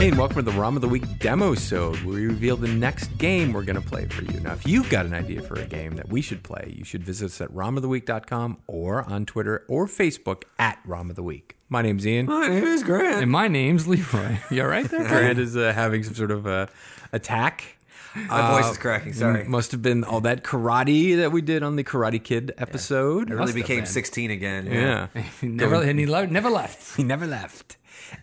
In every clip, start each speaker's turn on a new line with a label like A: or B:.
A: and welcome to the ROM of the Week demo sode where we reveal the next game we're going to play for you. Now, if you've got an idea for a game that we should play, you should visit us at romoftheweek.com or on Twitter or Facebook at ROM of the Week. My name's Ian.
B: My name is Grant.
C: And my name's Leroy. You all right there?
A: Grant is uh, having some sort of uh, attack.
B: My voice is cracking. Sorry.
A: uh, Must have been all that karate that we did on the Karate Kid episode.
B: I really became 16 again.
A: yeah.
C: never, and he lo- never left.
A: He never left.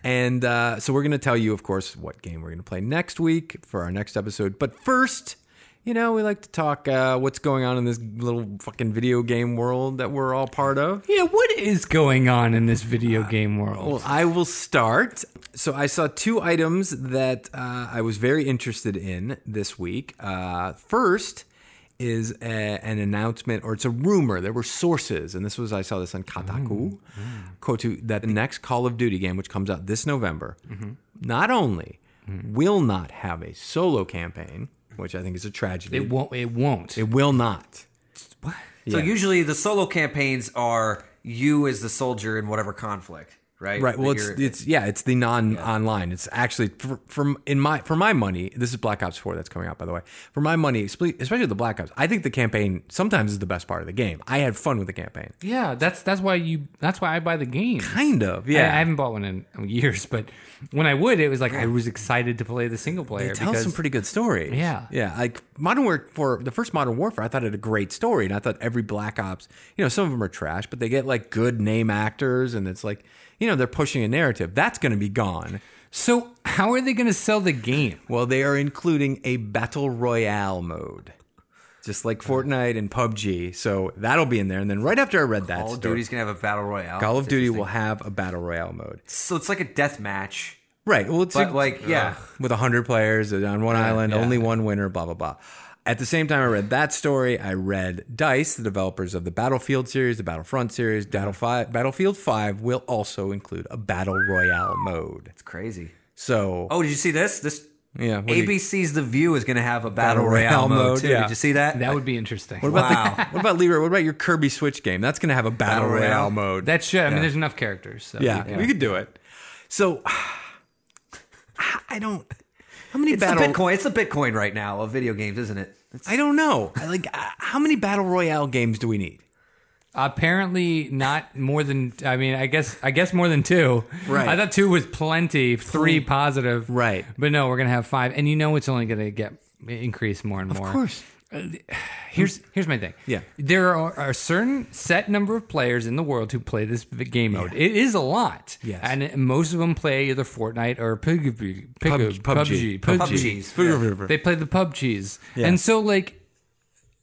A: And uh, so we're going to tell you, of course, what game we're going to play next week for our next episode. But first, you know, we like to talk uh, what's going on in this little fucking video game world that we're all part of.
C: Yeah, what is going on in this video game world?
A: Well, I will start. So I saw two items that uh, I was very interested in this week. Uh, first is a, an announcement, or it's a rumor. There were sources, and this was I saw this on Kotaku, Kotu, that the next Call of Duty game, which comes out this November, not only will not have a solo campaign, which I think is a tragedy.
C: it won't. It won't.
A: It will not.
B: So
A: Yeah.
B: usually the solo campaigns are you as the soldier in whatever conflict, right?
A: Right.
B: That
A: Well, it's
B: you're-
A: it's yeah, it's the non-online. It's actually for, from in my for my money. This is Black Ops Four that's coming out, by the way. For my money, spe- especially the Black Ops, I think the campaign sometimes is the best part of the game. I had fun with the campaign,
C: yeah, that's that's why you. That's why I buy the game.
A: kind of.
C: I, I
A: Yeah,
C: haven't bought one in years, but when I would, it was like I was excited to play the single player.
A: It tells
C: because,
A: some pretty good stories.
C: Yeah.
A: yeah. Like Modern War for the first Modern Warfare, I thought it had a great story, and I thought every Black Ops, you know, some of them are trash, but they get like good name actors, and it's like, you know, they're pushing a narrative that's going to be gone.
C: So how are they going to sell the game?
A: Well, they are including a battle royale mode, just like
B: Oh.
A: Fortnite and PUBG. So that'll be in there. And then right after I read that,
B: Call of
A: story,
B: Duty's gonna have a battle royale.
A: Call of Duty will have a battle royale mode.
B: so it's like a death match,
A: Right. Well, it's uh,
B: but like yeah,
A: with 100 players on one island, only one winner, blah, blah, blah. At the same time, I read that story. I read Dice, the developers of the Battlefield series, the Battlefront series, Battle Five, Battlefield 5 will also include a battle royale mode.
B: it's crazy.
A: So,
B: Oh, did you see this? This
A: yeah. what do you-
B: ABC's The View is gonna have a battle,
A: Battle royale
B: royale, mode,
A: mode,
B: too.
A: yeah.
B: Did you see that?
C: That would be interesting.
A: What about the-
B: Wow.
A: what about Leroy? What about your Kirby Switch game? That's going to have a battle,
B: Battle
A: royale,
B: Royale.
A: mode.
C: that should. I mean, there's enough characters. So
A: yeah, we could do it. So I don't. How many
B: it's
A: battle?
B: the Bitcoin. It's the Bitcoin right now of video games, isn't it? It's,
A: I don't know. I Like, uh, how many battle royale games do we need?
C: Apparently, not more than. I mean, I guess. I guess more than two.
A: Right.
C: I thought two was plenty. Three positive.
A: Right.
C: But no, we're gonna have five, and you know it's only gonna get increase more and more.
A: Of course.
C: Here's here's my thing.
A: Hmm. Yeah.
C: There are, are a certain set number of players in the world who play this v- game mode. It is a lot.
A: Yes.
C: And it- most of them play either Fortnite or Pig, Pig,
A: PUBG.
C: PUBG.
B: PUBGs.
C: They play the PUBGs. And so, like,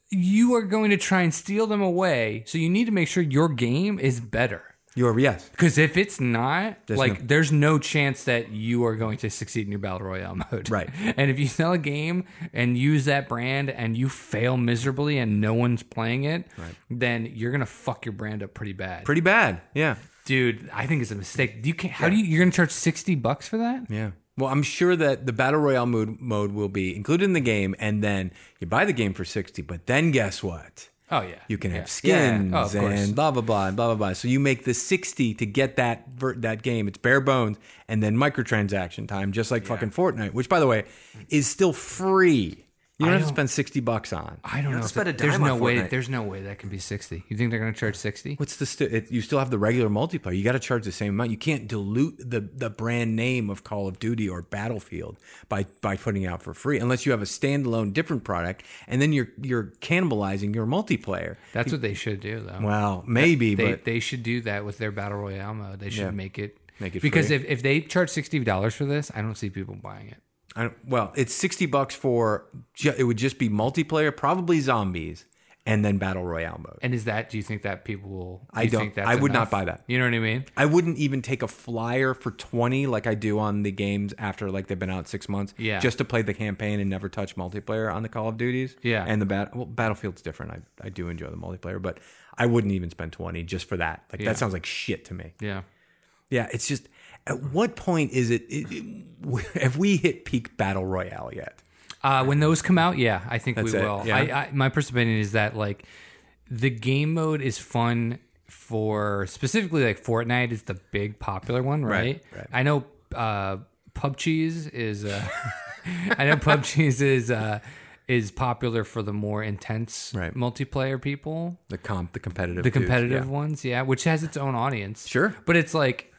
C: you are going to try and steal them away. So you need to make sure your game is better.
A: Your yes.
C: Because if it's not,
A: There's
C: like,
A: no-
C: there's no chance that you are going to succeed in your battle royale mode.
A: Right.
C: And if you sell a game and use that brand and you fail miserably and no one's playing it, then you're gonna fuck your brand up pretty bad.
A: Pretty bad. Yeah.
C: Dude, I think it's a mistake. You can't. How do you? You're gonna charge sixty bucks for that?
A: Yeah. Well, I'm sure that the battle royale mode mode will be included in the game, and then you buy the game for sixty. But then guess what?
C: Oh yeah.
A: You can
C: Yeah.
A: have skins
C: Yeah. Oh, of course.
A: and blah blah blah and blah blah blah. So you make the sixty to get that ver- that game. It's bare bones, and then microtransaction time, just like fucking Fortnite, which by the way is still free. You don't have to spend sixty bucks on.
C: I don't know.
B: don't
C: if
B: spend
C: that-
B: a
C: there's
B: dime
C: no
B: on
C: way.
B: Fortnite.
C: There's no way that can be sixty. You think they're going to charge sixty?
A: What's the st- it, you still have the regular multiplayer? You got to charge the same amount. You can't dilute the the brand name of Call of Duty or Battlefield by by putting it out for free, unless you have a standalone different product, and then you're you're cannibalizing your multiplayer.
C: That's what they should do, though.
A: Well, maybe,
C: they
A: but
C: they should do that with their battle royale mode. They should make it
A: Make it
C: because
A: free.
C: if if they charge sixty dollars for this, I don't see people buying it.
A: I don't, well, it's sixty bucks for ju- it would just be multiplayer, probably zombies, and then battle royale mode.
C: And is that? Do you think that people will?
A: I
C: you
A: don't-
C: Think that's
A: I would not
C: enough?
A: buy that.
C: You know what I mean?
A: I wouldn't even take a flyer for twenty like I do on the games after like they've been out six months.
C: Yeah.
A: just to play the campaign and never touch multiplayer on the Call of Duties.
C: Yeah.
A: and the bat- well, Battlefield's different. I I do enjoy the multiplayer, but I wouldn't even spend twenty just for that. Like
C: Yeah.
A: that sounds like shit to me.
C: Yeah.
A: Yeah, it's just at what point is it? it, it have we hit peak battle royale yet?
C: Uh, when those come out, yeah, I think
A: That's
C: we
A: it,
C: will.
A: yeah.
C: I, I, my personal opinion is that like the game mode is fun for specifically like Fortnite is the big popular one, right?
A: right.
C: I know uh, pub cheese is. Uh, I know pub cheese is uh, is popular for the more intense
A: Right.
C: multiplayer people,
A: The comp, the competitive,
C: the
A: dudes,
C: competitive
A: yeah.
C: ones, yeah, which has its own audience.
A: Sure.
C: but it's like,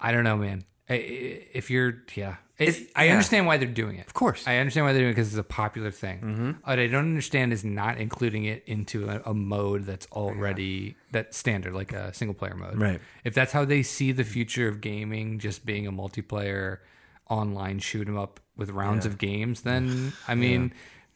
C: I don't know, man. I- I- If you're, yeah, It- I
B: yeah.
C: understand why they're doing it. Of
A: course. Mm-hmm.
C: I understand why they're doing it because it's a popular thing. What I don't understand is not including it into a, a mode that's already that standard, like a single player mode.
A: Right.
C: If that's how they see the future of gaming, just being a multiplayer online shoot 'em up with rounds of games, then I mean,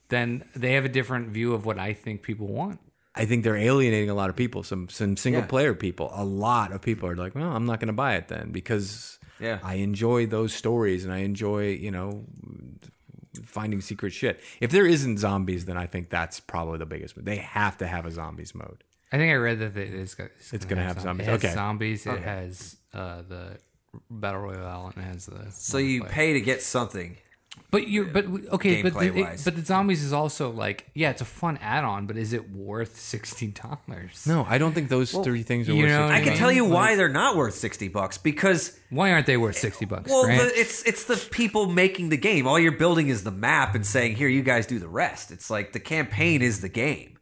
C: then they have a different view of what I think people want.
A: I think they're alienating a lot of people. Some some single
B: Yeah.
A: player people. A lot of people are like, well, I'm not going to buy it then because
B: Yeah.
A: I enjoy those stories and I enjoy you know finding secret shit. If there isn't zombies, then I think that's probably the biggest. They have to have a zombies mode.
C: I think I read that they, it's, got- it's,
A: gonna have zombies.
C: It has
A: Okay.
C: zombies. It has uh, the battle royale and it has the.
B: So you pay to get something.
C: But you're but we- okay, but the, it,
B: Gameplay-wise.
C: but the zombies is also like yeah, it's a fun add-on, but is it worth sixteen dollars?
A: No, I don't think those three things are.
C: you
A: worth
C: know
A: it.
C: what
B: I
C: I
B: can
C: mean,
B: tell you why they're not worth sixty bucks because
C: Why aren't they worth sixty bucks?
B: well,
C: Grant?
B: the, it's it's the people making the game. All you're building is the map and saying, "Here, you guys do the rest." It's like the campaign is the game.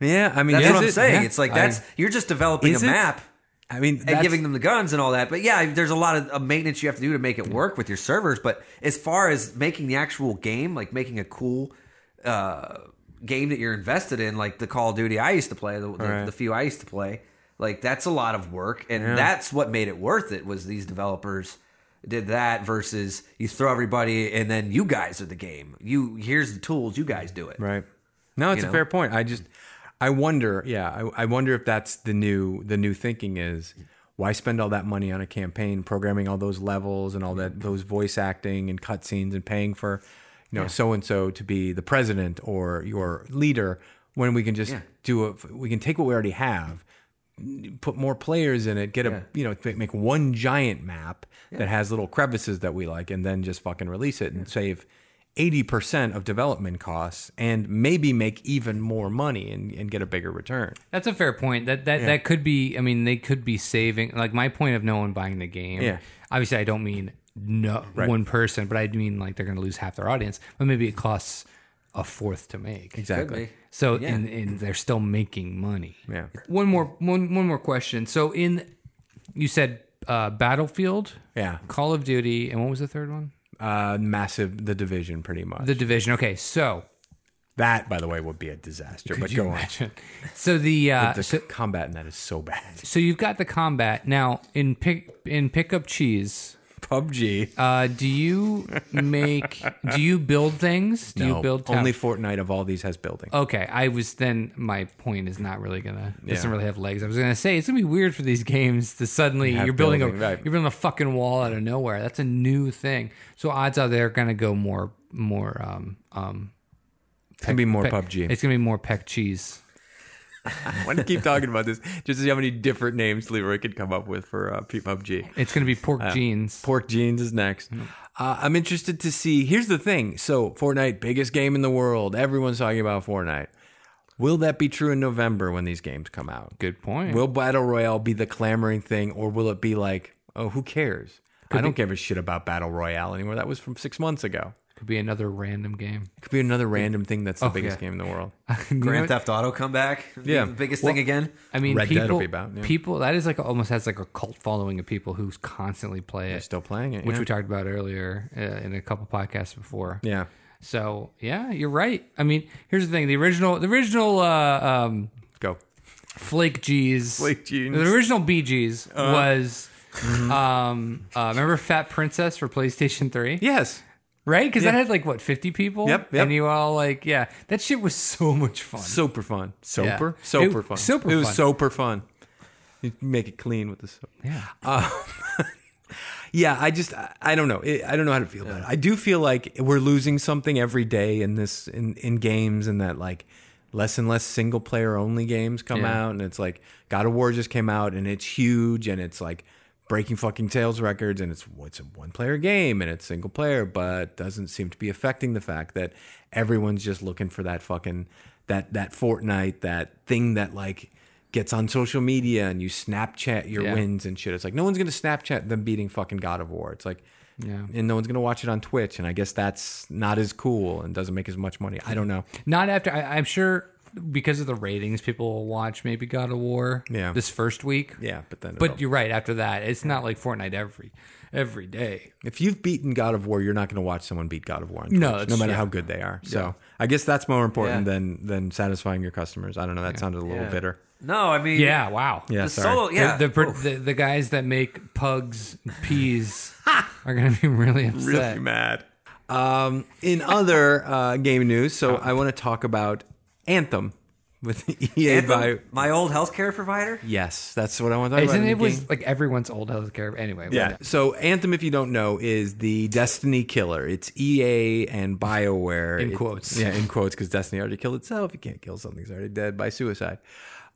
A: yeah, I mean,
B: That's
A: is
B: what I'm
A: it?
B: saying.
A: Yeah.
B: It's like
A: I-
B: that's you're just developing a
A: Is it?
B: map
A: I, mean,
B: and
A: that's-
B: giving them the guns and all that. But yeah, there's a lot of uh, maintenance you have to do to make it work with your servers. But as far as making the actual game, like making a cool uh, game that you're invested in, like the Call of Duty I used to play, the, the, the few I used to play, like that's a lot of work, and that's what made it worth it was these developers did that versus you throw everybody and then you guys are the game. You here's the tools, you guys do it.
A: Right. No, it's a
B: You know? Mm-hmm.
A: fair point. I just, I wonder. Yeah, I, I wonder if that's the new the new thinking is why spend all that money on a campaign, programming all those levels and all that
B: Mm-hmm.
A: those voice acting and cutscenes and paying for, you know, so and so to be the president or your leader when we can just do a we can take what we already have. Put more players in it. Get a you know make- make one giant map that has little crevices that we like, and then just fucking release it and save 80% of development costs and maybe make even more money and, and get a bigger return.
C: That's a fair point. That that that could be. I mean, they could be saving. Like my point of no one buying the game.
A: Yeah.
C: Obviously, I don't mean no one person, but I mean like they're going to lose half their audience. But maybe it costs a fourth to make.
A: Exactly.
C: So and, and they're still making money.
A: Yeah.
C: One more one one more question. So in you said uh, Battlefield,
A: Yeah.
C: Call of Duty, and what was the third one?
A: Uh, massive, the division pretty much.
C: The Division. Okay, so
A: that, by the way, would be a disaster, but go on.
C: so the uh,
A: The combat in that is so bad.
C: so you've got the combat now in pick in pickup cheese.
A: PUBG.
C: Uh, do you make? do you build things? Do
A: no,
C: you build towns?
A: only Fortnite of all these has building.
C: Okay, I was then. My point is not really gonna doesn't
A: Yeah.
C: really have legs. I was gonna say it's gonna be weird for these games to suddenly
A: have
C: you're building,
A: building,
C: a
A: right.
C: you're building a fucking wall out of nowhere. That's a new thing. So odds are they're gonna go more more um um
A: It's going to be more
C: peck-
A: PUBG.
C: It's gonna be more peck cheese.
A: I want to keep talking about this just to see how many different names Leroy could come up with for uh, PUBG.
C: It's gonna be pork jeans.
A: Uh, Pork jeans is next.
C: Mm-hmm.
A: Uh, I'm interested to see. Here's the thing. So Fortnite, biggest game in the world. Everyone's talking about Fortnite. Will that be true in November when these games come out?
C: Good point.
A: Will battle royale be the clamoring thing, or will it be like, oh, who cares? I don't give a shit about battle royale anymore. That was from six months ago.
C: Could be another random game.
A: It could be another random thing that's the biggest
C: Oh, yeah.
A: game in the world.
C: You know
B: Grand
C: what?
B: Theft Auto come back.
A: Yeah.
B: The biggest
A: Well,
B: thing again.
C: I mean,
A: Red Dead
C: people,
A: will be about, yeah.
C: people that is like almost has like a cult following of people who constantly play it,
A: Still playing it,
C: which
A: yeah.
C: we talked about earlier uh, in a couple podcasts before.
A: yeah.
C: So yeah, you're right. I mean, here's the thing: the original, the original uh, um,
A: Go.
C: Flake G's,
A: Flake Gs. Uh-huh. Mm-hmm.
C: the original BG's was. um, uh, remember Fat Princess for PlayStation Three,
A: Yes.
C: right? Because that had like what fifty people.
A: Yep, yep.
C: And you all like, yeah, that shit was so much fun.
A: Super fun. Soper.
C: It-
A: Soper fun.
C: super
A: It was
C: fun.
A: super fun. You make it clean with the soap.
C: yeah,
A: Yeah, I just I- I don't know. I I don't know how to feel about it. I do feel like we're losing something every day in this in in games and that like less and less single player only games come
C: Yeah.
A: out and it's like God of War just came out and it's huge and it's like breaking fucking sales records and it's it's a one player game and it's single player but doesn't seem to be affecting the fact that everyone's just looking for that fucking that that Fortnite that thing that like gets on social media and you Snapchat your
C: Yeah.
A: wins and shit. It's like no one's gonna Snapchat them beating fucking God of War. It's like
C: Yeah.
A: and no one's gonna watch it on Twitch, and I guess that's not as cool and doesn't make as much money. I don't know.
C: Not after I, I'm sure because of the ratings, people will watch maybe God of War.
A: Yeah.
C: This first week.
A: Yeah, but then
C: But you're right. After that, it's not like Fortnite every every day.
A: if you've beaten God of War, you're not going to watch someone beat God of War on Twitch,
C: No,
A: no,
C: it's-
A: matter
C: yeah.
A: how good they are. So I guess that's more important
B: Yeah.
A: than than satisfying your customers. I don't know. That sounded a little
B: Yeah.
A: bitter.
B: No, I mean,
C: Yeah. Wow.
A: Yeah,
B: the
A: sorry.
B: solo, yeah,
C: The, the, per-
B: Oof.
C: the the guys that make pugs peas are gonna be really upset.
A: mad. Um, in other uh, game news, so I want to talk about Anthem with EA
B: Anthem,
A: by.
B: my old healthcare provider.
A: Yes, that's what I want to talk
C: Isn't
A: about.
C: it
A: in
C: was
A: game.
C: like everyone's old healthcare anyway? we're
A: Yeah.
C: done.
A: So Anthem, if you don't know, is the Destiny killer. It's EA and BioWare.
C: In
A: It-
C: quotes.
A: Yeah, in quotes, because Destiny already killed itself. You can't kill something that's already dead by suicide.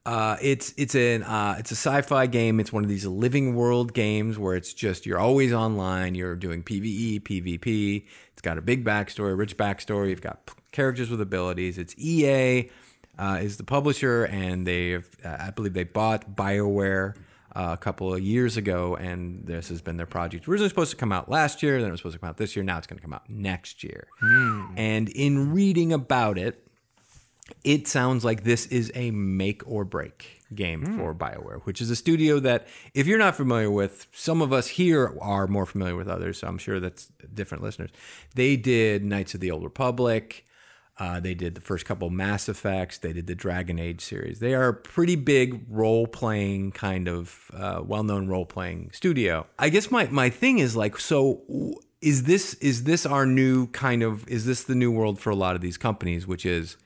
A: Uh, it's it's an uh, it's a sci-fi game. It's one of these living world games where it's just you're always online. You're doing E, PVE, PvP. It's got a big backstory, a rich backstory. You've got p- characters with abilities. It's E EA uh, is the publisher, and they've uh, I believe they bought BioWare uh, a couple of years ago, and this has been their project. Originally supposed to come out last year, then it was supposed to come out this year. Now it's going to come out next year. And in reading about it, it sounds like this is a make or break game for BioWare, which is a studio that, if you're not familiar with, some of us here are more familiar with others, so I'm sure that's different listeners. They did Knights of the Old Republic. Uh, they did the first couple Mass Effects. They did the Dragon Age series. They are a pretty big role playing kind of uh, well known role playing studio. I guess my, my thing is like, so w- is this is this our new kind of is this the new world for a lot of these companies, which is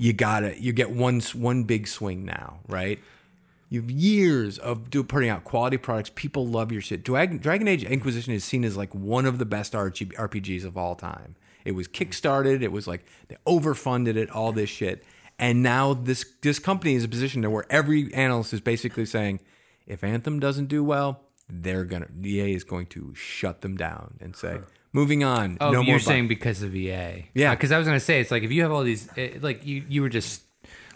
A: you gotta you get one s- one big swing now, right? You've years of do, putting out quality products. People love your shit. Dragon, Dragon Age Inquisition is seen as like one of the best RG, RPGs of all time. It was kickstarted. It was like they overfunded it. All this shit, and now this this company is in a position to where every analyst is basically saying, if Anthem doesn't do well, they're gonna EA is going to shut them down and say, moving on.
C: Oh,
A: no
C: you're
A: more bu-
C: saying because of E EA.
A: Yeah.
C: Because I was gonna say it's like if you have all these, it, like you you were just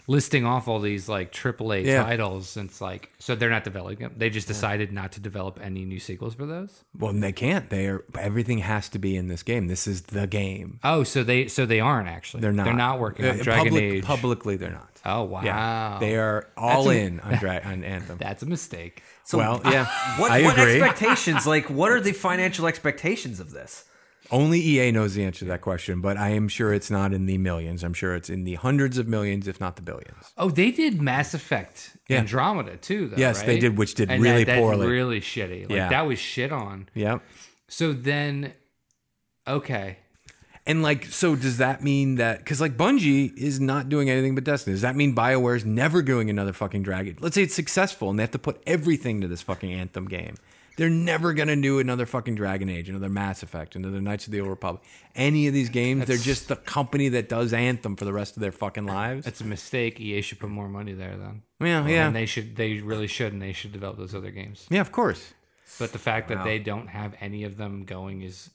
C: listing off all these like AAA
A: Yeah.
C: titles, and it's like so they're not developing them. They just decided not to develop any new sequels for those.
A: Well, they can't. They are everything has to be in this game. This is the game.
C: Oh, so they so they aren't actually.
A: They're not.
C: They're not working on
A: Uh,
C: Dragon
A: public-
C: Age.
A: Publicly, they're not.
C: Oh wow.
A: They are all
C: That's a-
A: in on, Dra- on Anthem.
C: That's a mistake.
B: So
A: well, yeah,
B: what,
A: I
B: what
A: agree.
B: expectations? Like, what are the financial expectations of this?
A: Only EA knows the answer to that question, but I am sure it's not in the millions. I'm sure it's in the hundreds of millions, if not the billions.
C: Oh, they did Mass Effect
A: Yeah.
C: Andromeda too, though.
A: Yes, they
C: right?
A: did, which did
C: And
A: really
C: that, that
A: poorly.
C: really shitty. Like
A: Yeah.
C: that was shit on.
A: Yep.
C: So then, okay,
A: And like, so does that mean that because like Bungie is not doing anything but Destiny? Does that mean Bioware is never doing another fucking Dragon? Let's say it's successful and they have to put everything to this fucking Anthem game. They're never gonna do another fucking Dragon Age, another Mass Effect, another Knights of the Old Republic. Any of these games, they're just the company that does Anthem for the rest of their fucking lives.
C: it's a mistake. EA should put more money there then.
A: Yeah,
C: And
A: yeah,
C: they should. They really should, and they should develop those other games.
A: yeah. Of course,
C: But the fact that they don't have any of them going is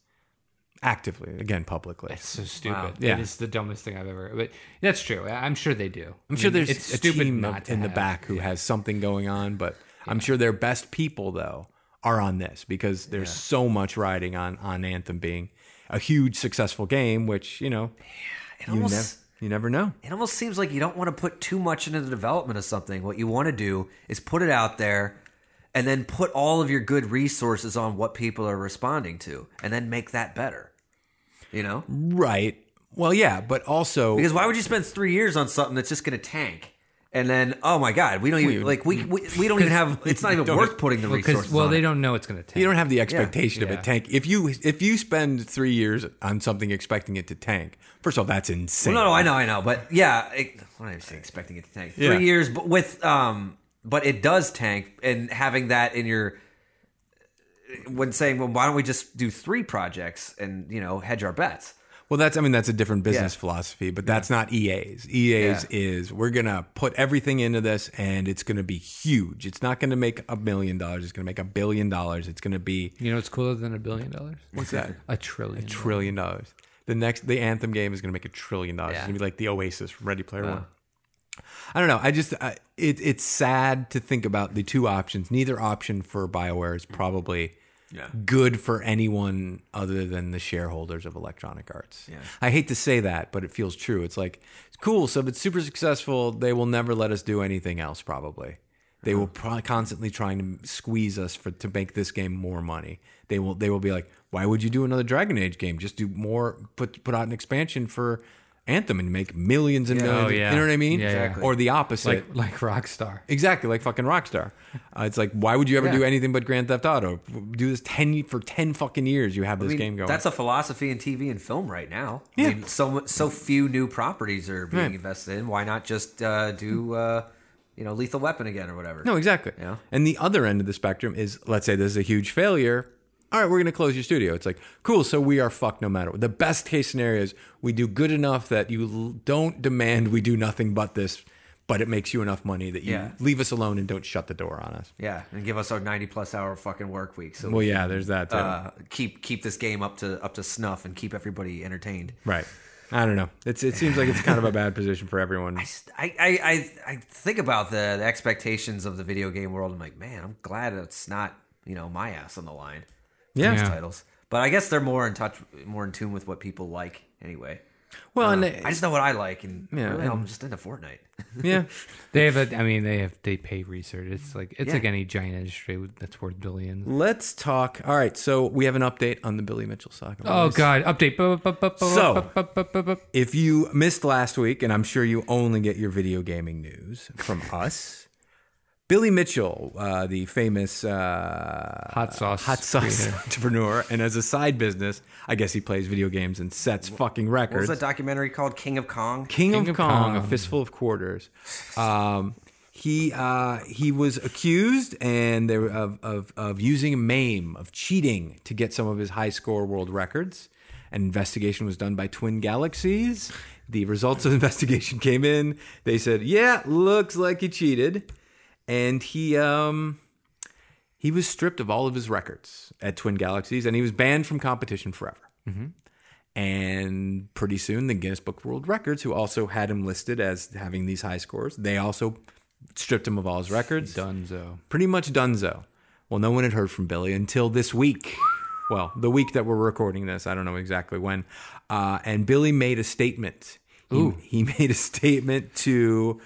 A: actively again, publicly.
C: so stupid.
A: Yeah.
C: It is the dumbest thing I've ever. But that's true. I- I'm sure they do.
A: I'm sure there's
C: it's
A: a
C: stupid
A: team
C: not to
A: in the
C: have.
A: back who has something going on, but I'm sure their best people though are on this because there's so much riding on on Anthem being a huge successful game, which you know
B: It
A: you never
B: almost
A: you never know.
B: it almost seems like you don't want to put too much into the development of something. What you want to do is put it out there and then put all of your good resources on what people are responding to and then make that better. You know?
A: Right. Well, yeah, but also
B: Because why would you spend 3 years on something that's just going to tank? And then oh my god, we don't even like we we, we don't even have it's not even worth putting the
C: Because
B: resources
C: well,
B: on.
C: they
B: it.
C: don't know it's going to take.
A: you don't have the expectation of
C: Yeah.
A: it tank. If you if you spend three years on something expecting it to tank, first of all, that's insane.
B: Well, no, no, I know, I know, but yeah, it, I'm not even saying expecting it to tank. Three
A: Yeah.
B: years, but with um, but it does tank, and having that in your when saying, well, why don't we just do three projects and you know hedge our bets?
A: Well, that's I mean that's a different business
B: Yeah.
A: philosophy, but that's not E EA's. EA's is we're gonna put everything into this, and it's gonna be huge. It's not gonna make a million dollars. It's gonna make a billion dollars. It's gonna be
C: You know what's cooler than a billion dollars?
A: what's that?
C: A trillion.
A: trillion dollars. The next the Anthem game is gonna make a trillion dollars. It's
B: Yeah. Uh-huh.
A: gonna be like the Oasis from Ready Player One. I don't know. I just I, it it's sad to think about the two options. Neither option for Bioware is probably
B: Yeah.
A: good for anyone other than the shareholders of Electronic Arts.
B: Yeah.
A: I hate to say that, but it feels true. It's like, it's cool. So if it's super successful, they will never let us do anything else, probably. They will pro- constantly trying to squeeze us for to make this game more money. They will they will be like, why would you do another Dragon Age game? Just do more, put put out an expansion for Anthem and make millions and millions.
C: Oh, yeah.
A: You know what I mean?
C: Yeah, yeah. Exactly.
A: Or the opposite.
C: like like Rockstar.
A: Exactly, like fucking Rockstar. Uh, it's like, why would you ever do anything but Grand Theft Auto? Do this ten for ten fucking years. You have this
B: I mean,
A: game going.
B: That's a philosophy in TV and film right now.
A: Yeah.
B: I mean, so mu- so few new properties are being
A: Right.
B: invested in. Why not just uh, do uh, you know Lethal Weapon again or whatever?
A: no, exactly.
B: Yeah.
A: And the other end of the spectrum is, let's say this is a huge failure. All right, we're going to close your studio. It's like, cool. So we are fucked no matter what. The best case scenario is we do good enough that you l- don't demand we do nothing but this, but it makes you enough money that you
B: Yeah.
A: leave us alone and don't shut the door on us.
B: Yeah, and give us our ninety plus hour fucking work week. So
A: Well, yeah, there's that too.
B: uh, keep keep this game up to up to snuff and keep everybody entertained.
A: right. I don't know. It's, it seems like it's kind of a bad position for everyone.
B: I, I, I, I think about the, the expectations of the video game world. I'm like, man, I'm glad it's not you know my ass on the line. for
A: Yeah.
B: these
A: Yeah.
B: titles. But I guess they're more in touch, more in tune with what people like anyway. Uh,
A: Well, and
B: I just know what I like, and
A: Yeah,
B: really,
A: and-
B: I'm just into Fortnite.
A: yeah.
C: They have a. I mean, they have. They pay research. It's like it's
B: Yeah.
C: like any giant industry with- that's worth billions.
A: Let's talk. All right, so we have an update on the Billy Mitchell saga.
C: Oh God! Update. Bu- bu- bu- bu- bu-
A: So-
C: bu- bu- bu- bu- bu-
A: If you missed last week, and I'm sure you only get your video gaming news from us, Billy Mitchell, uh, the famous uh,
C: hot sauce.
A: hot sauce
C: creator.
A: entrepreneur, and as a side business, I guess he plays video games and sets fucking
B: What was
A: records.
B: that documentary called, King of Kong?
A: King, of,
C: King of
A: Kong, a
C: Kong.
A: fistful of quarters. Um, he uh, he was accused and there of, of of using MAME of cheating to get some of his high score world records. An investigation was done by Twin Galaxies. The results of the investigation came in. They said, "Yeah, looks like he cheated," and he um, he was stripped of all of his records at Twin Galaxies, and he was banned from competition forever. And pretty soon, the Guinness Book of World Records, who also had him listed as having these high scores, they also stripped him of all his records.
C: Dunzo.
A: Pretty much donezo. Well, no one had heard from Billy until this week. Well, the week that we're recording this, I don't know exactly when. Uh, and Billy made a statement. He, he made a statement to,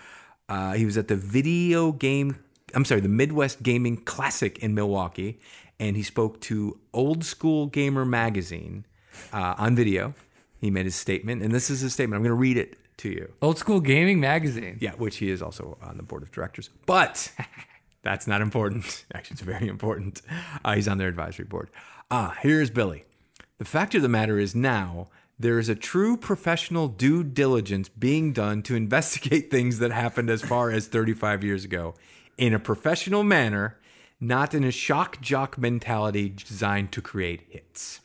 A: uh, he was at the video game, I'm sorry, the Midwest Gaming Classic in Milwaukee, and he spoke to Old School Gamer Magazine uh, on video. He made his statement, and this is his statement. I'm going to read it to you.
C: Old school gaming magazine.
A: Yeah, which he is also on the board of directors. But that's not important. Actually, it's very important. Uh, he's on their advisory board. Ah, here's Billy. The fact of the matter is now there is a true professional due diligence being done to investigate things that happened as far as 35 years ago in a professional manner, not in a shock jock mentality designed to create hits.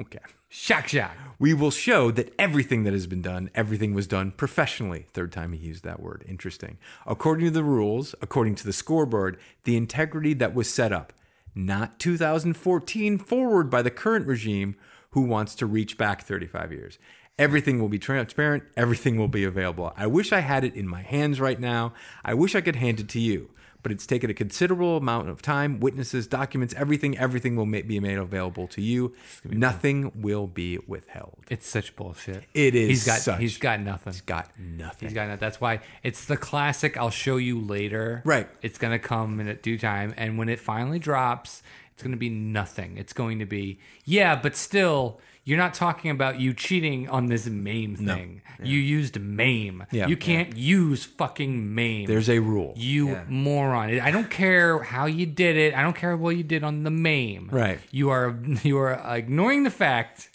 A: Okay.
C: Shock shock.
A: We will show that everything that has been done, everything was done professionally. Third time he used that word. Interesting. According to the rules, according to the scoreboard, the integrity that was set up, not 2014 forward by the current regime who wants to reach back 35 years. Everything will be transparent, everything will be available. I wish I had it in my hands right now. I wish I could hand it to you but it's taken a considerable amount of time, witnesses, documents, everything, everything will ma- be made available to you. Nothing will be withheld.
C: It's such bullshit.
A: It is
C: He's got.
A: such-
C: He's got nothing.
A: Got nothing.
C: He's got that. That's why it's the classic. I'll show you later.
A: Right.
C: It's gonna come in at due time, and when it finally drops, it's gonna be nothing. It's going to be yeah, but still, you're not talking about you cheating on this MAME thing. You used MAME.
A: Yeah.
C: You can't use fucking MAME.
A: There's a rule.
C: you moron! I don't care how you did it. I don't care what you did on the MAME.
A: Right.
C: You are you are ignoring the fact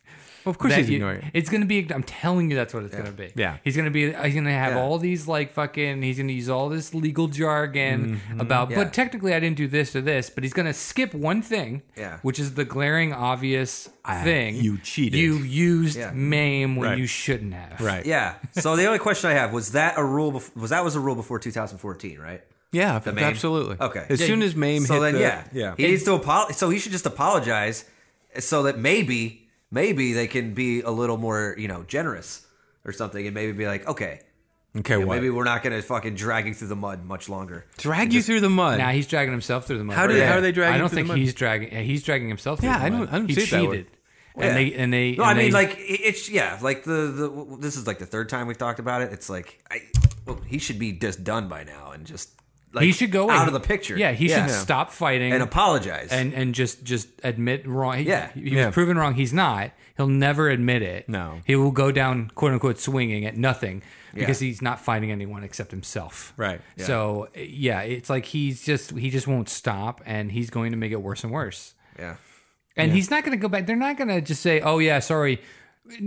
A: of course
C: that
A: he's
C: you-
A: ignoring it.
C: It's gonna be. I'm telling you, that's what it's gonna be.
A: Yeah.
C: he's gonna be. He's gonna have
B: Yeah.
C: all these like fucking. He's gonna use all this legal jargon
A: Mm-hmm.
C: about.
B: Yeah.
C: But technically, I didn't do this or this. But he's gonna skip one thing.
B: Yeah.
C: which is the glaring obvious thing.
A: you cheated.
C: You used
B: Yeah.
C: MAME when
A: Right.
C: you shouldn't have.
A: Right.
B: Yeah. So the only question I have was that a rule? Bef- was that was a rule before 2014, right?
A: Yeah,
B: MAME?
A: absolutely.
B: Okay.
A: As
B: Yeah,
A: soon as MAME
B: so
A: hit
B: then,
A: the-
B: yeah, He needs to apologize. So he should just apologize, so that maybe, maybe they can be a little more, you know, generous or something, and maybe be like, okay,
A: Okay, what?
B: Maybe we're not going to fucking drag you through the mud much longer.
A: drag you through the mud.
C: Now he's dragging himself through the mud.
A: How do-
C: Right.
A: how are they dragging
C: I don't
A: through the
C: think
A: mud?
C: he's dragging. yeah, He's dragging himself.
A: Yeah,
C: through
A: I
C: the
A: don't-
C: mud.
A: I don't
C: he
A: see it that way.
C: cheated. And they and they.
B: No, I
C: and
B: mean
C: they-
B: like it- it's yeah, like the the this is like the third time we've talked about it. It's like I well, he should be just done by now and just like
C: he should go
B: out
C: and-
B: of the picture.
C: Yeah, he should stop fighting
B: and apologize.
C: and and just just admit wrong. He,
B: Yeah.
C: he was
A: Yeah.
C: proven wrong. He's not. He'll never admit it.
A: No.
C: he will go down quote unquote swinging at nothing because
B: Yeah.
C: he's not fighting anyone except himself.
A: Right. Yeah.
C: So yeah, it's like he's just he just won't stop, and he's going to make it worse and worse.
B: yeah,
C: And he's not going to go back. They're not going to just say, "Oh yeah, sorry."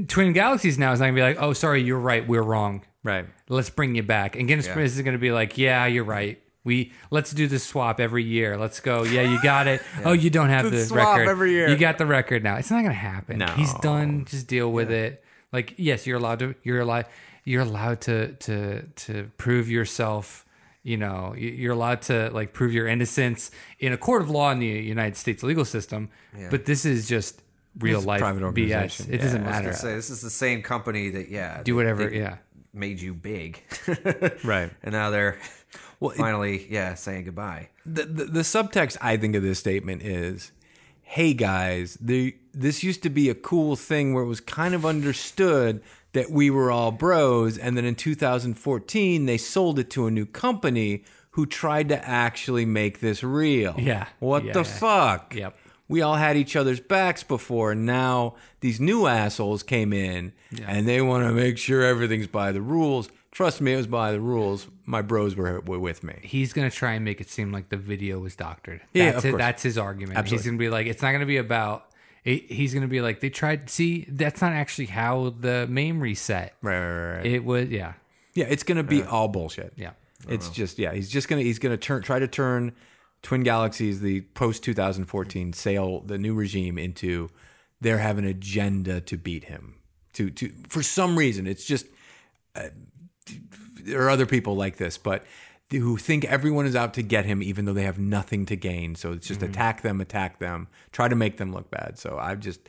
C: Twin Galaxies now is not going to be like, "Oh sorry, you're right. We're wrong.
A: right.
C: Let's bring you back." And Guinness Prince is going to be like, "Yeah, you're right." We let's do this swap every year. Let's go. Yeah, you got it. Oh, you don't have the,
A: swap
C: record
A: every year.
C: You got the record now. It's not going to happen.
A: No.
C: He's done. Just deal with it. Like yes, you're allowed to. You're allowed. You're allowed to to to prove yourself. You know, you- you're allowed to like prove your innocence in a court of law in the United States legal system. But this is just real life
A: private
C: BS.
A: organization.
C: It doesn't
B: I was
C: matter.
B: gonna say this is the same company that yeah
C: Do whatever.
B: they
C: yeah.
B: made you big,
A: Right.
B: And now they're
A: Well, it-
B: finally yeah saying goodbye.
A: The, the the subtext I think of this statement is, "Hey guys, the this used to be a cool thing where it was kind of understood that we were all bros, and then in 2014 they sold it to a new company who tried to actually make this real.
C: Yeah.
A: what
C: Yeah,
A: the
C: yeah.
A: fuck?
C: Yep.
A: We all had each other's backs before, and now these new assholes came in and they want to make sure everything's by the rules. Trust me, it was by the rules. My bros were, were with me.
C: he's gonna try and make it seem like the video was doctored.
A: Yeah,
C: that's
A: of
C: it,
A: course.
C: that's his argument. He's
A: Absolutely.
C: gonna be like, it's not gonna be about. It, he's gonna be like, they tried. See, that's not actually how the meme reset.
A: Right, right, right, right.
C: It was. Yeah.
A: Yeah, it's gonna be all bullshit.
C: Yeah.
A: it's just yeah. He's just gonna he's gonna turn try to turn Twin Galaxies, the post 2014 sale, the new regime into they have an agenda to beat him. To to for some reason, it's just uh, there are other people like this, but who think everyone is out to get him, even though they have nothing to gain. So it's just attack them, attack them, try to make them look bad. So I've just.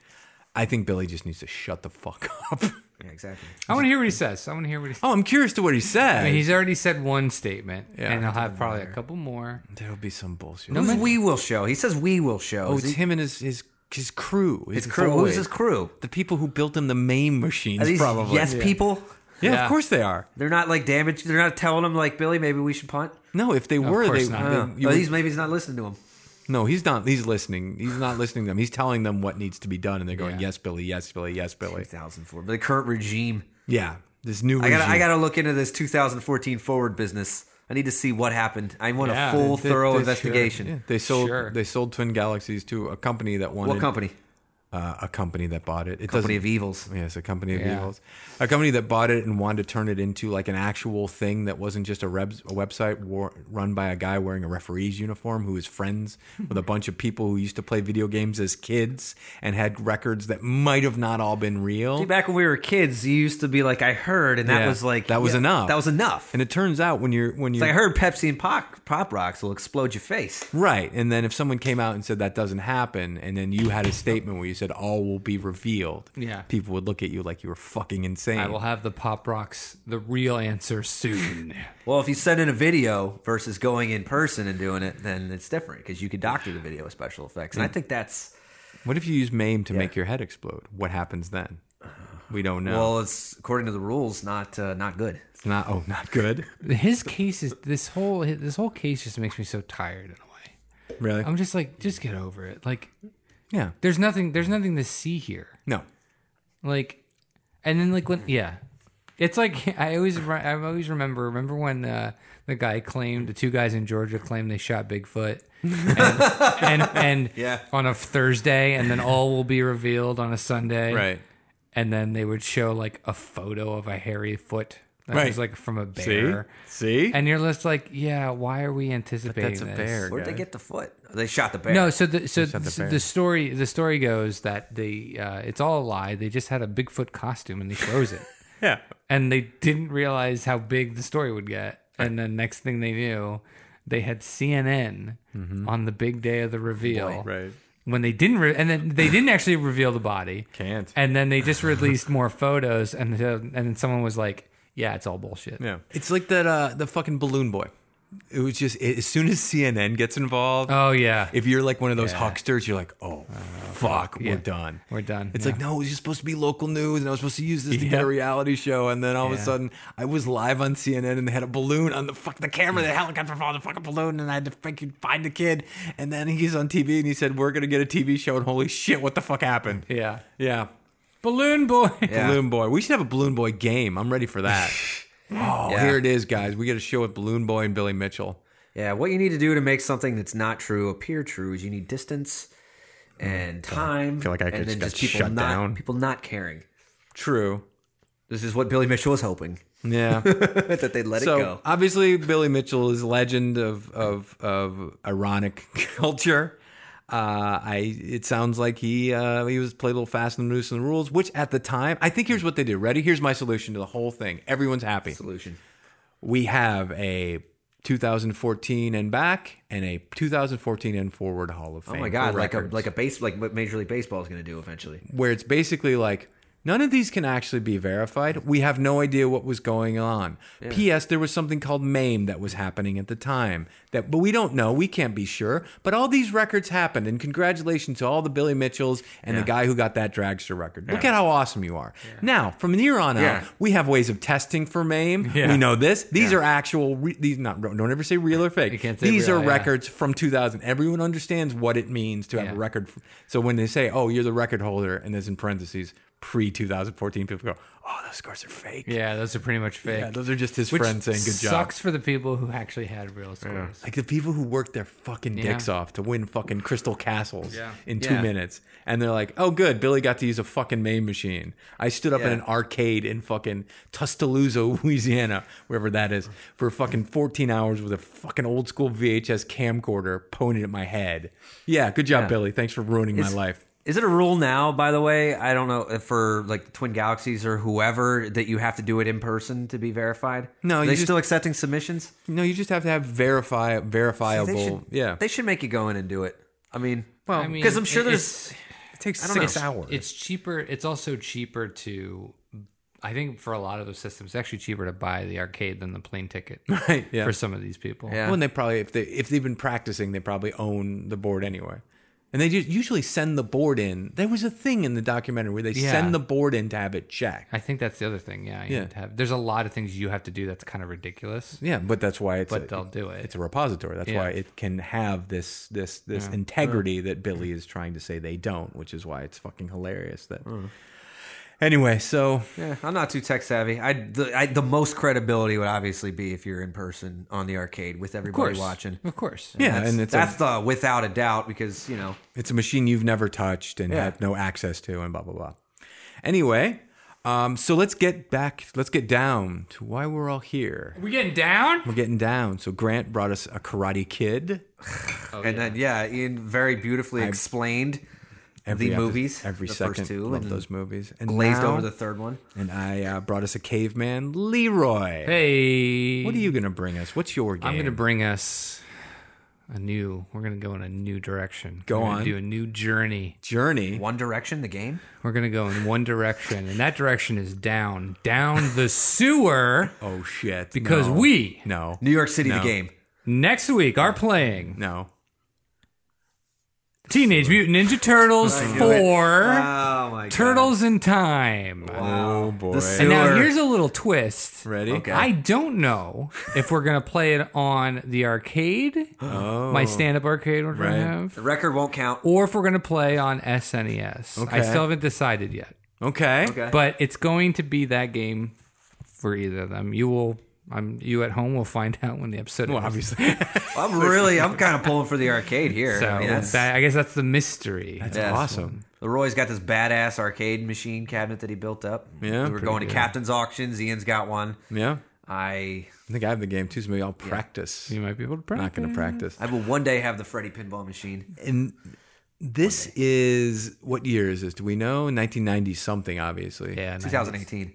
A: I think Billy just needs to shut the fuck up.
B: Yeah, exactly.
C: I want to hear what he says. I want to hear what he says.
A: oh, I'm curious to what he said.
C: I mean, he's already said one statement,
A: Yeah.
C: and he'll have probably a couple more.
A: There'll be some bullshit.
B: Who's we will show? He says we will show.
A: Oh,
B: Is
A: it's
B: he-
A: him and his his his crew. His,
B: crew. Who's
A: boys.
B: his crew?
A: The people who built him the maim machines,
B: Are these
A: probably.
B: yes people?
A: Yeah,
C: Yeah.
A: of course they are.
B: They're not like damaged. They're not telling him like Billy. Maybe we should punt.
A: No, if they were,
C: course
A: they.
C: not.
A: they-
B: Oh,
A: you
B: oh,
A: would-
B: he's maybe he's not listening to him.
A: no, he's not. He's listening. He's not listening to them. He's telling them what needs to be done, and they're going,
C: Yeah.
A: "Yes, Billy. Yes, Billy. Yes, Billy."
B: 2004, the current regime.
A: Yeah, this new.
B: I
A: Regime.
B: got I got to look into this 2014 forward business. I need to see what happened. I want
C: Yeah.
B: a full,
A: They-
B: thorough
A: they-
B: investigation.
A: yeah, they sold.
C: Sure.
A: They sold Twin Galaxies to a company that wanted
B: What company?
A: Uh, a company that bought it. It doesn't-
B: Company of Evils.
A: Yes, a company of
C: Yeah.
A: evils, a company that bought it and wanted to turn it into like an actual thing that wasn't just a, rebs, a website war, run by a guy wearing a referee's uniform who is friends with a bunch of people who used to play video games as kids and had records that might have not all been
B: See,
A: real.
B: back when we were kids, you used to be like, I heard, and that
A: Yeah.
B: was like
A: That was enough.
B: That was enough.
A: And it turns out when you're when
B: It's like, I
A: you're
B: heard Pepsi and pop, pop rocks will explode your face.
A: right, and then if someone came out and said that doesn't happen, and then you had a statement where you said all will be revealed,
C: Yeah.
A: people would look at you like you were fucking insane.
C: I will have the pop rocks the real answer soon.
B: Well, if you send in a video versus going in person and doing it, then it's different because you could doctor the video with special effects. And I think that's
A: What if you use MAME to make your head explode? What happens then? We don't know.
B: well, it's according to the rules, not uh, not good.
A: It's not oh, not good.
C: his case is this whole this whole case just makes me so tired in a way.
A: Really?
C: I'm just like, just get over it. Like,
A: yeah.
C: there's nothing there's nothing to see here.
A: No.
C: like and then like when yeah it's like i always re- i always remember remember when uh, the guy claimed the two guys in georgia claimed they shot bigfoot and and, and
B: Yeah.
C: on a thursday and then all will be revealed on a sunday
A: Right.
C: and then they would show like a photo of a hairy foot that
A: Right.
C: was like from a bear
A: See?
C: and you're just like yeah why are we anticipating
A: a
C: this?
A: bear.
B: Where'd they get the foot? They shot the bear.
C: No, so the so
A: the
C: the,
A: bear.
C: the story the story goes that they uh, it's all a lie. They just had a Bigfoot costume and they froze it,
A: yeah.
C: and they didn't realize how big the story would get. And then next thing they knew, they had CNN on the big day of the reveal.
A: Mm-hmm. Right.
C: When they didn't, re- and then they didn't actually reveal the body.
A: Can't.
C: And uh, then they just released more photos, and the- and then someone was like, yeah, it's all bullshit.
A: Yeah, it's like that uh, the fucking balloon boy. It was just as soon as CNN gets involved,
C: Oh yeah,
A: if you're like one of those
C: Yeah.
A: hucksters, you're like, oh fuck,
C: Yeah.
A: we're done.
C: We're done,
A: It's
C: yeah.
A: like no, it was just supposed to be local news, and I was supposed to use this to get
C: Yeah.
A: a reality show, and then all of a
C: Yeah.
A: sudden, I was live on CNN, and they had a balloon on the fuck the camera, the helicopter followed the fucking balloon, and I had to fucking find the kid, and then he's on TV, and he said, "We're gonna get a TV show," and holy shit, what the fuck happened?
C: yeah,
A: Yeah.
C: balloon boy.
B: Yeah.
A: Balloon Boy. We should have a Balloon Boy game. I'm ready for that. oh,
B: Yeah.
A: here it is, guys. We got a show with Balloon Boy and Billy Mitchell.
B: Yeah, what you need to do to make something that's not true appear true is you need distance and time.
A: Mm. feel like I
B: and
A: just
B: then
A: got
B: just people
A: shut
B: not
A: down.
B: people not caring.
A: True.
B: This is what Billy Mitchell was hoping
A: Yeah.
B: that they'd let it
A: so
B: go.
A: obviously, Billy Mitchell is a legend of of of ironic culture. Uh, I it sounds like he uh, he was played a little fast and loose in the rules, which at the time I think here's what they did. Ready? Here's my solution to the whole thing. Everyone's happy.
B: Solution.
A: we have a 2014 and back and a 2014 and forward Hall of Fame.
B: Oh my god, like a like a base like what Major League Baseball is going to do eventually.
A: where it's basically like none of these can actually be verified. We have no idea what was going on. P.S. There was something called MAME that was happening at the time that, but we don't know. We can't be sure. But all these records happened, and congratulations to all the Billy Mitchells and the guy who got that dragster record. Look at how awesome you are. Now, from here on out,
B: Yeah.
A: we have ways of testing for MAME.
C: Yeah.
A: We know this. These are actual. Re- these not. Don't ever say real or fake.
C: You can't say
A: these
C: real,
A: are
C: yeah.
A: records records from 2000. Everyone understands what it means to have a
C: Yeah.
A: record. f- So when they say, "Oh, you're the record holder," and there's in parentheses pre 2014, people go, "Oh, those scores are fake."
C: Yeah, those are pretty much fake.
A: Yeah, those are just his friends saying, "Good job."
C: Sucks for the people who actually had real scores.
A: Like the people who worked their fucking dicks off to win fucking crystal castles
C: Yeah.
A: in two
B: Yeah.
A: minutes, and they're like, "Oh, good, Billy got to use a fucking Maine machine." I stood up in
B: Yeah.
A: an arcade in fucking Tuscaloosa, Louisiana, wherever that is, for fucking fourteen hours with a fucking old school VHS camcorder pointed at my head. Yeah, good job, Billy. Thanks for ruining my life.
B: Is it a rule now, by the way? I don't know if for like the Twin Galaxies or whoever that you have to do it in person to be verified.
A: No,
B: Are
A: you
B: they
A: just-
B: still accepting submissions.
A: No, you just have to have verify verifiable.
B: They should,
A: yeah,
B: they should make you go in and do it. I mean,
C: Well,
B: well,
C: I mean,
B: because I'm sure
C: it-
B: there's
A: it takes
B: I don't
A: six
B: know.
A: hours.
C: It's cheaper. It's also cheaper to. I think for a lot of those systems, it's actually cheaper to buy the arcade than the plane ticket
A: right. Yeah.
C: for some of these people.
B: Yeah.
A: Well, and they probably if they if they've been practicing, they probably own the board anyway. And they just usually send the board in. There was a thing in the documentary where they
C: Yeah.
A: send the board in to have it checked.
C: I think that's the other thing. Yeah, you
A: Yeah.
C: have to have, there's a lot of things you have to do that's kind of ridiculous,
A: Yeah, but that's why it's
C: but
A: a,
C: they'll do it.
A: it's a repository. That's
C: Yeah.
A: why it can have this this this integrity that Billy is trying to say they don't, which is why it's fucking hilarious that.
B: Hmm.
A: Anyway, so
B: Yeah, I'm not too tech savvy. I the, I the most credibility would obviously be if you're in person on the arcade with everybody watching.
C: of course.
A: yeah,
B: That's,
A: and it's
B: that's
A: a,
B: the without a doubt because you know
A: it's a machine you've never touched and
B: Yeah.
A: had no access to, and blah blah blah. Anyway, um, so let's get back. Let's get down to why we're all here.
C: we getting down.
A: We're getting down. So Grant brought us a Karate Kid. Oh,
B: and then yeah, Ian very beautifully explained the
A: episode-
B: movies,
A: every
B: the
A: second.
B: first two,
A: Love
B: and
A: those movies. And
B: glazed
A: now-
B: over the third one.
A: And I uh, brought us a caveman, Leroy.
C: Hey,
A: What are you gonna bring us? What's your game?
C: I'm going to bring us a new. We're going to go in a new direction.
A: Go
C: We're gonna
A: on.
C: do a new journey.
A: Journey.
B: One Direction, the game.
C: We're going to go in one direction, and that direction is down, down the sewer.
A: Oh shit!
C: Because
A: No.
C: we-
A: no
B: New York City,
A: No.
B: the game.
C: Next week are playing
A: no.
C: Teenage Mutant Ninja Turtles Four:
A: Ah.
B: Oh my god,
C: Turtles in Time.
A: Oh boy!
C: And now
B: Sewer.
C: here's a little twist.
A: Ready?
B: Okay.
C: I don't know if we're gonna play it on the arcade, my stand-up arcade, which
A: Oh. Right.
C: I have,
B: The record won't count.
C: or if we're gonna play on SNES.
A: Okay.
C: I still haven't decided yet,
A: Okay.
B: Okay.
C: but it's going to be that game for either of them. You will, I'm you at home will find out when the episode.
A: Well,
C: ends.
A: obviously,
B: I'm really, I'm kind of pulling for the arcade here.
C: so
B: I mean, that's-
C: that, I guess that's the mystery.
B: Yeah.
A: awesome.
B: Leroy's got this badass arcade machine cabinet that he built up.
A: Yeah,
B: we were going to captain's auctions. Ian's got one.
A: Yeah,
B: I
A: I think I have the game too. So maybe I'll practice.
C: you might be able to
A: I'm
C: practice.
A: not gonna practice.
B: I will one day have the Freddy pinball machine.
A: And this is what year is this? Do we know? 1990 something, obviously.
C: Yeah, nice.
B: 2018.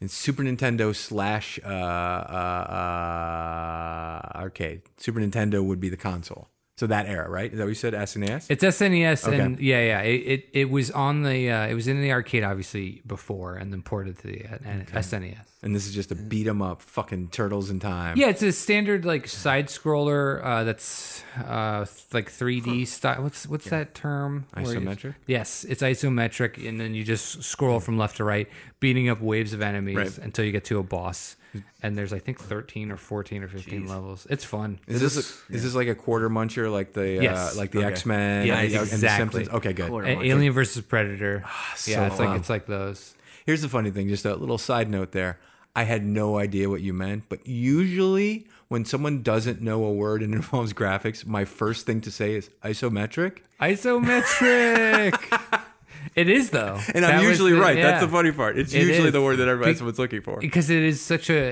A: It's Super Nintendo slash uh, uh, uh, arcade. Super Nintendo would be the console. So that era, right? Is that what you said? E SNES?
C: It's SNES and
A: Okay.
C: yeah, yeah. It, it it was on the uh, it was in the arcade obviously before and then ported to the uh, and SNES.
A: and this is just a beat 'em up fucking turtles in time.
C: Yeah, it's a standard like side scroller uh, that's uh, th- like 3D style. What's what's that term? Where you-
A: Isometric?
C: Yes, it's isometric, and then you just scroll from left to right, beating up waves of enemies
A: Right. Mm.
C: until you get to a boss. And there's I think 13 or 14 or 15 levels. It's fun.
A: Is this, a- is this like a quarter muncher, like the
C: Yes.
A: uh, like the
B: Okay.
A: X Men,
C: Yeah,
A: and, the- and the
C: exactly.
A: Simpsons? Okay, good. Ah, um,
B: Quarter.
C: A- Alien versus Predator. yeah, it's
A: fun.
C: like it's like those.
A: Here's the funny thing, just a little side note there. I had no idea what you meant, but usually when someone doesn't know a word and involves graphics, my first thing to say is isometric.
C: Isometric. it is though,
A: And I'm
C: That was
A: usually
C: the-
A: right. That's
C: yeah.
A: the funny part. It's
C: It
A: usually
C: is.
A: the word that everybody
C: Be-
A: someone's looking for.
C: because it is such a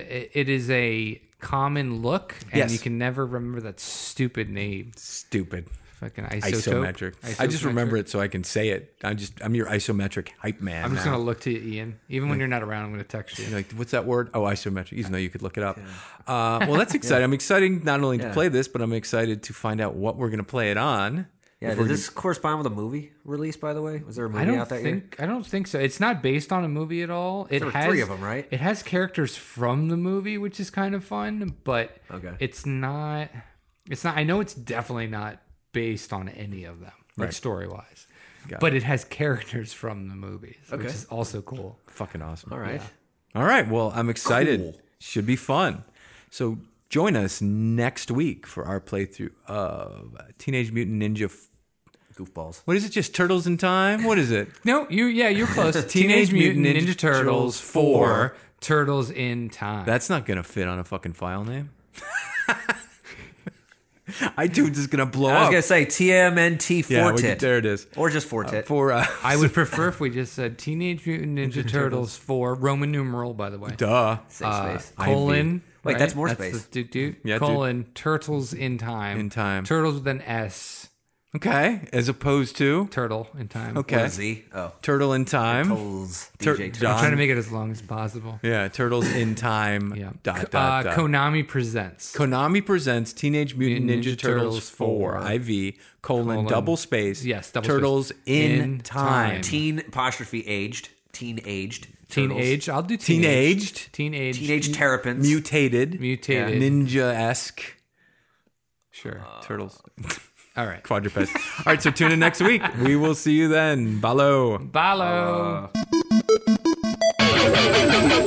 C: it is a common look and
A: Yes.
C: you can never remember that stupid name
A: Stupid.
C: fucking isotope.
A: Isometric. I just remember it so I can say it. I'm just I'm your isometric hype man.
C: i'm just
A: now.
C: gonna look to you ian even when you're not around i'm gonna text you
A: You're like, what's that word? Oh, isometric. Even though you could look it up. Uh, well, that's exciting. I'm excited not only to
B: Yeah.
A: play this, but I'm excited to find out what we're going to play it on.
B: Yeah, did this correspond with a movie release? By the way, was there a movie
C: i don't
B: out that year?
C: think i don't think so it's not based on a movie at all it
B: There were
C: has
B: three of 'em, right?
C: it has characters from the movie which is kind of fun but
B: Okay.
C: it's not it's not i know it's definitely not based on any of them like story-wise but it has characters from the movies
B: Okay.
C: which is also cool
A: Fucking awesome.
B: All right.
A: All right. Well, I'm excited.
B: Cool.
A: Should be fun. So join us next week for our playthrough of Teenage Mutant Ninja. F-
B: Goofballs.
A: what is it? Just Turtles in Time? What is it?
C: No, you yeah, you're close.
A: Teenage
C: Teenage
A: Mutant
C: Mutant
A: Ninja
C: Ninja, Turtles
A: Turtles
C: 4, Turtles in Time.
A: That's not going to fit on a fucking file name. iTunes is going to blow
B: I was
A: up.
B: gonna say TMNT
A: Oh. yeah,
B: four
A: we,
B: tit
A: there it is.
B: or just four tit.
A: For uh,
C: I would prefer if we just said Teenage Mutant Ninja, Turtles 4, Roman numeral, by the way.
A: duh.
B: Safe
C: Uh,
B: space.
C: colon.
B: Wait,
C: right?
B: that's more space.
C: the dude, dude.
A: Yeah, dude.
C: colon, Turtles in Time.
A: In Time.
C: Turtles with an S.
A: Okay, as opposed to
C: Turtle in Time.
A: okay,
B: Or Z. Oh,
A: Turtle in Time.
B: Tolls.
A: Tur-
B: DJ.
A: John-
C: I'm trying to make it as long as possible.
A: Yeah, Turtles in Time.
C: Yeah.
A: Dot,
C: uh,
A: dot, dot.
C: Konami Presents.
A: Konami presents Teenage Mutant,
C: Mutant
A: Ninja,
C: Ninja
A: Turtles
C: Turtles
A: 4
C: 4,
A: IV colon,
C: colon,
A: double space
C: yes, double space,
A: Turtles in,
C: in
A: time.
C: time.
B: Teen apostrophe aged. Teen aged. Turtles.
C: Teenage. I'll do teenage.
A: Teenaged,
C: Teenage.
B: Teenage terrapins.
A: mutated,
C: Mutated.
A: ninja esque
C: Sure.
A: turtles,
C: All right.
A: quadrupeds. All right, so tune in next week. We will see you then. Balo.
C: Balo.
B: Uh,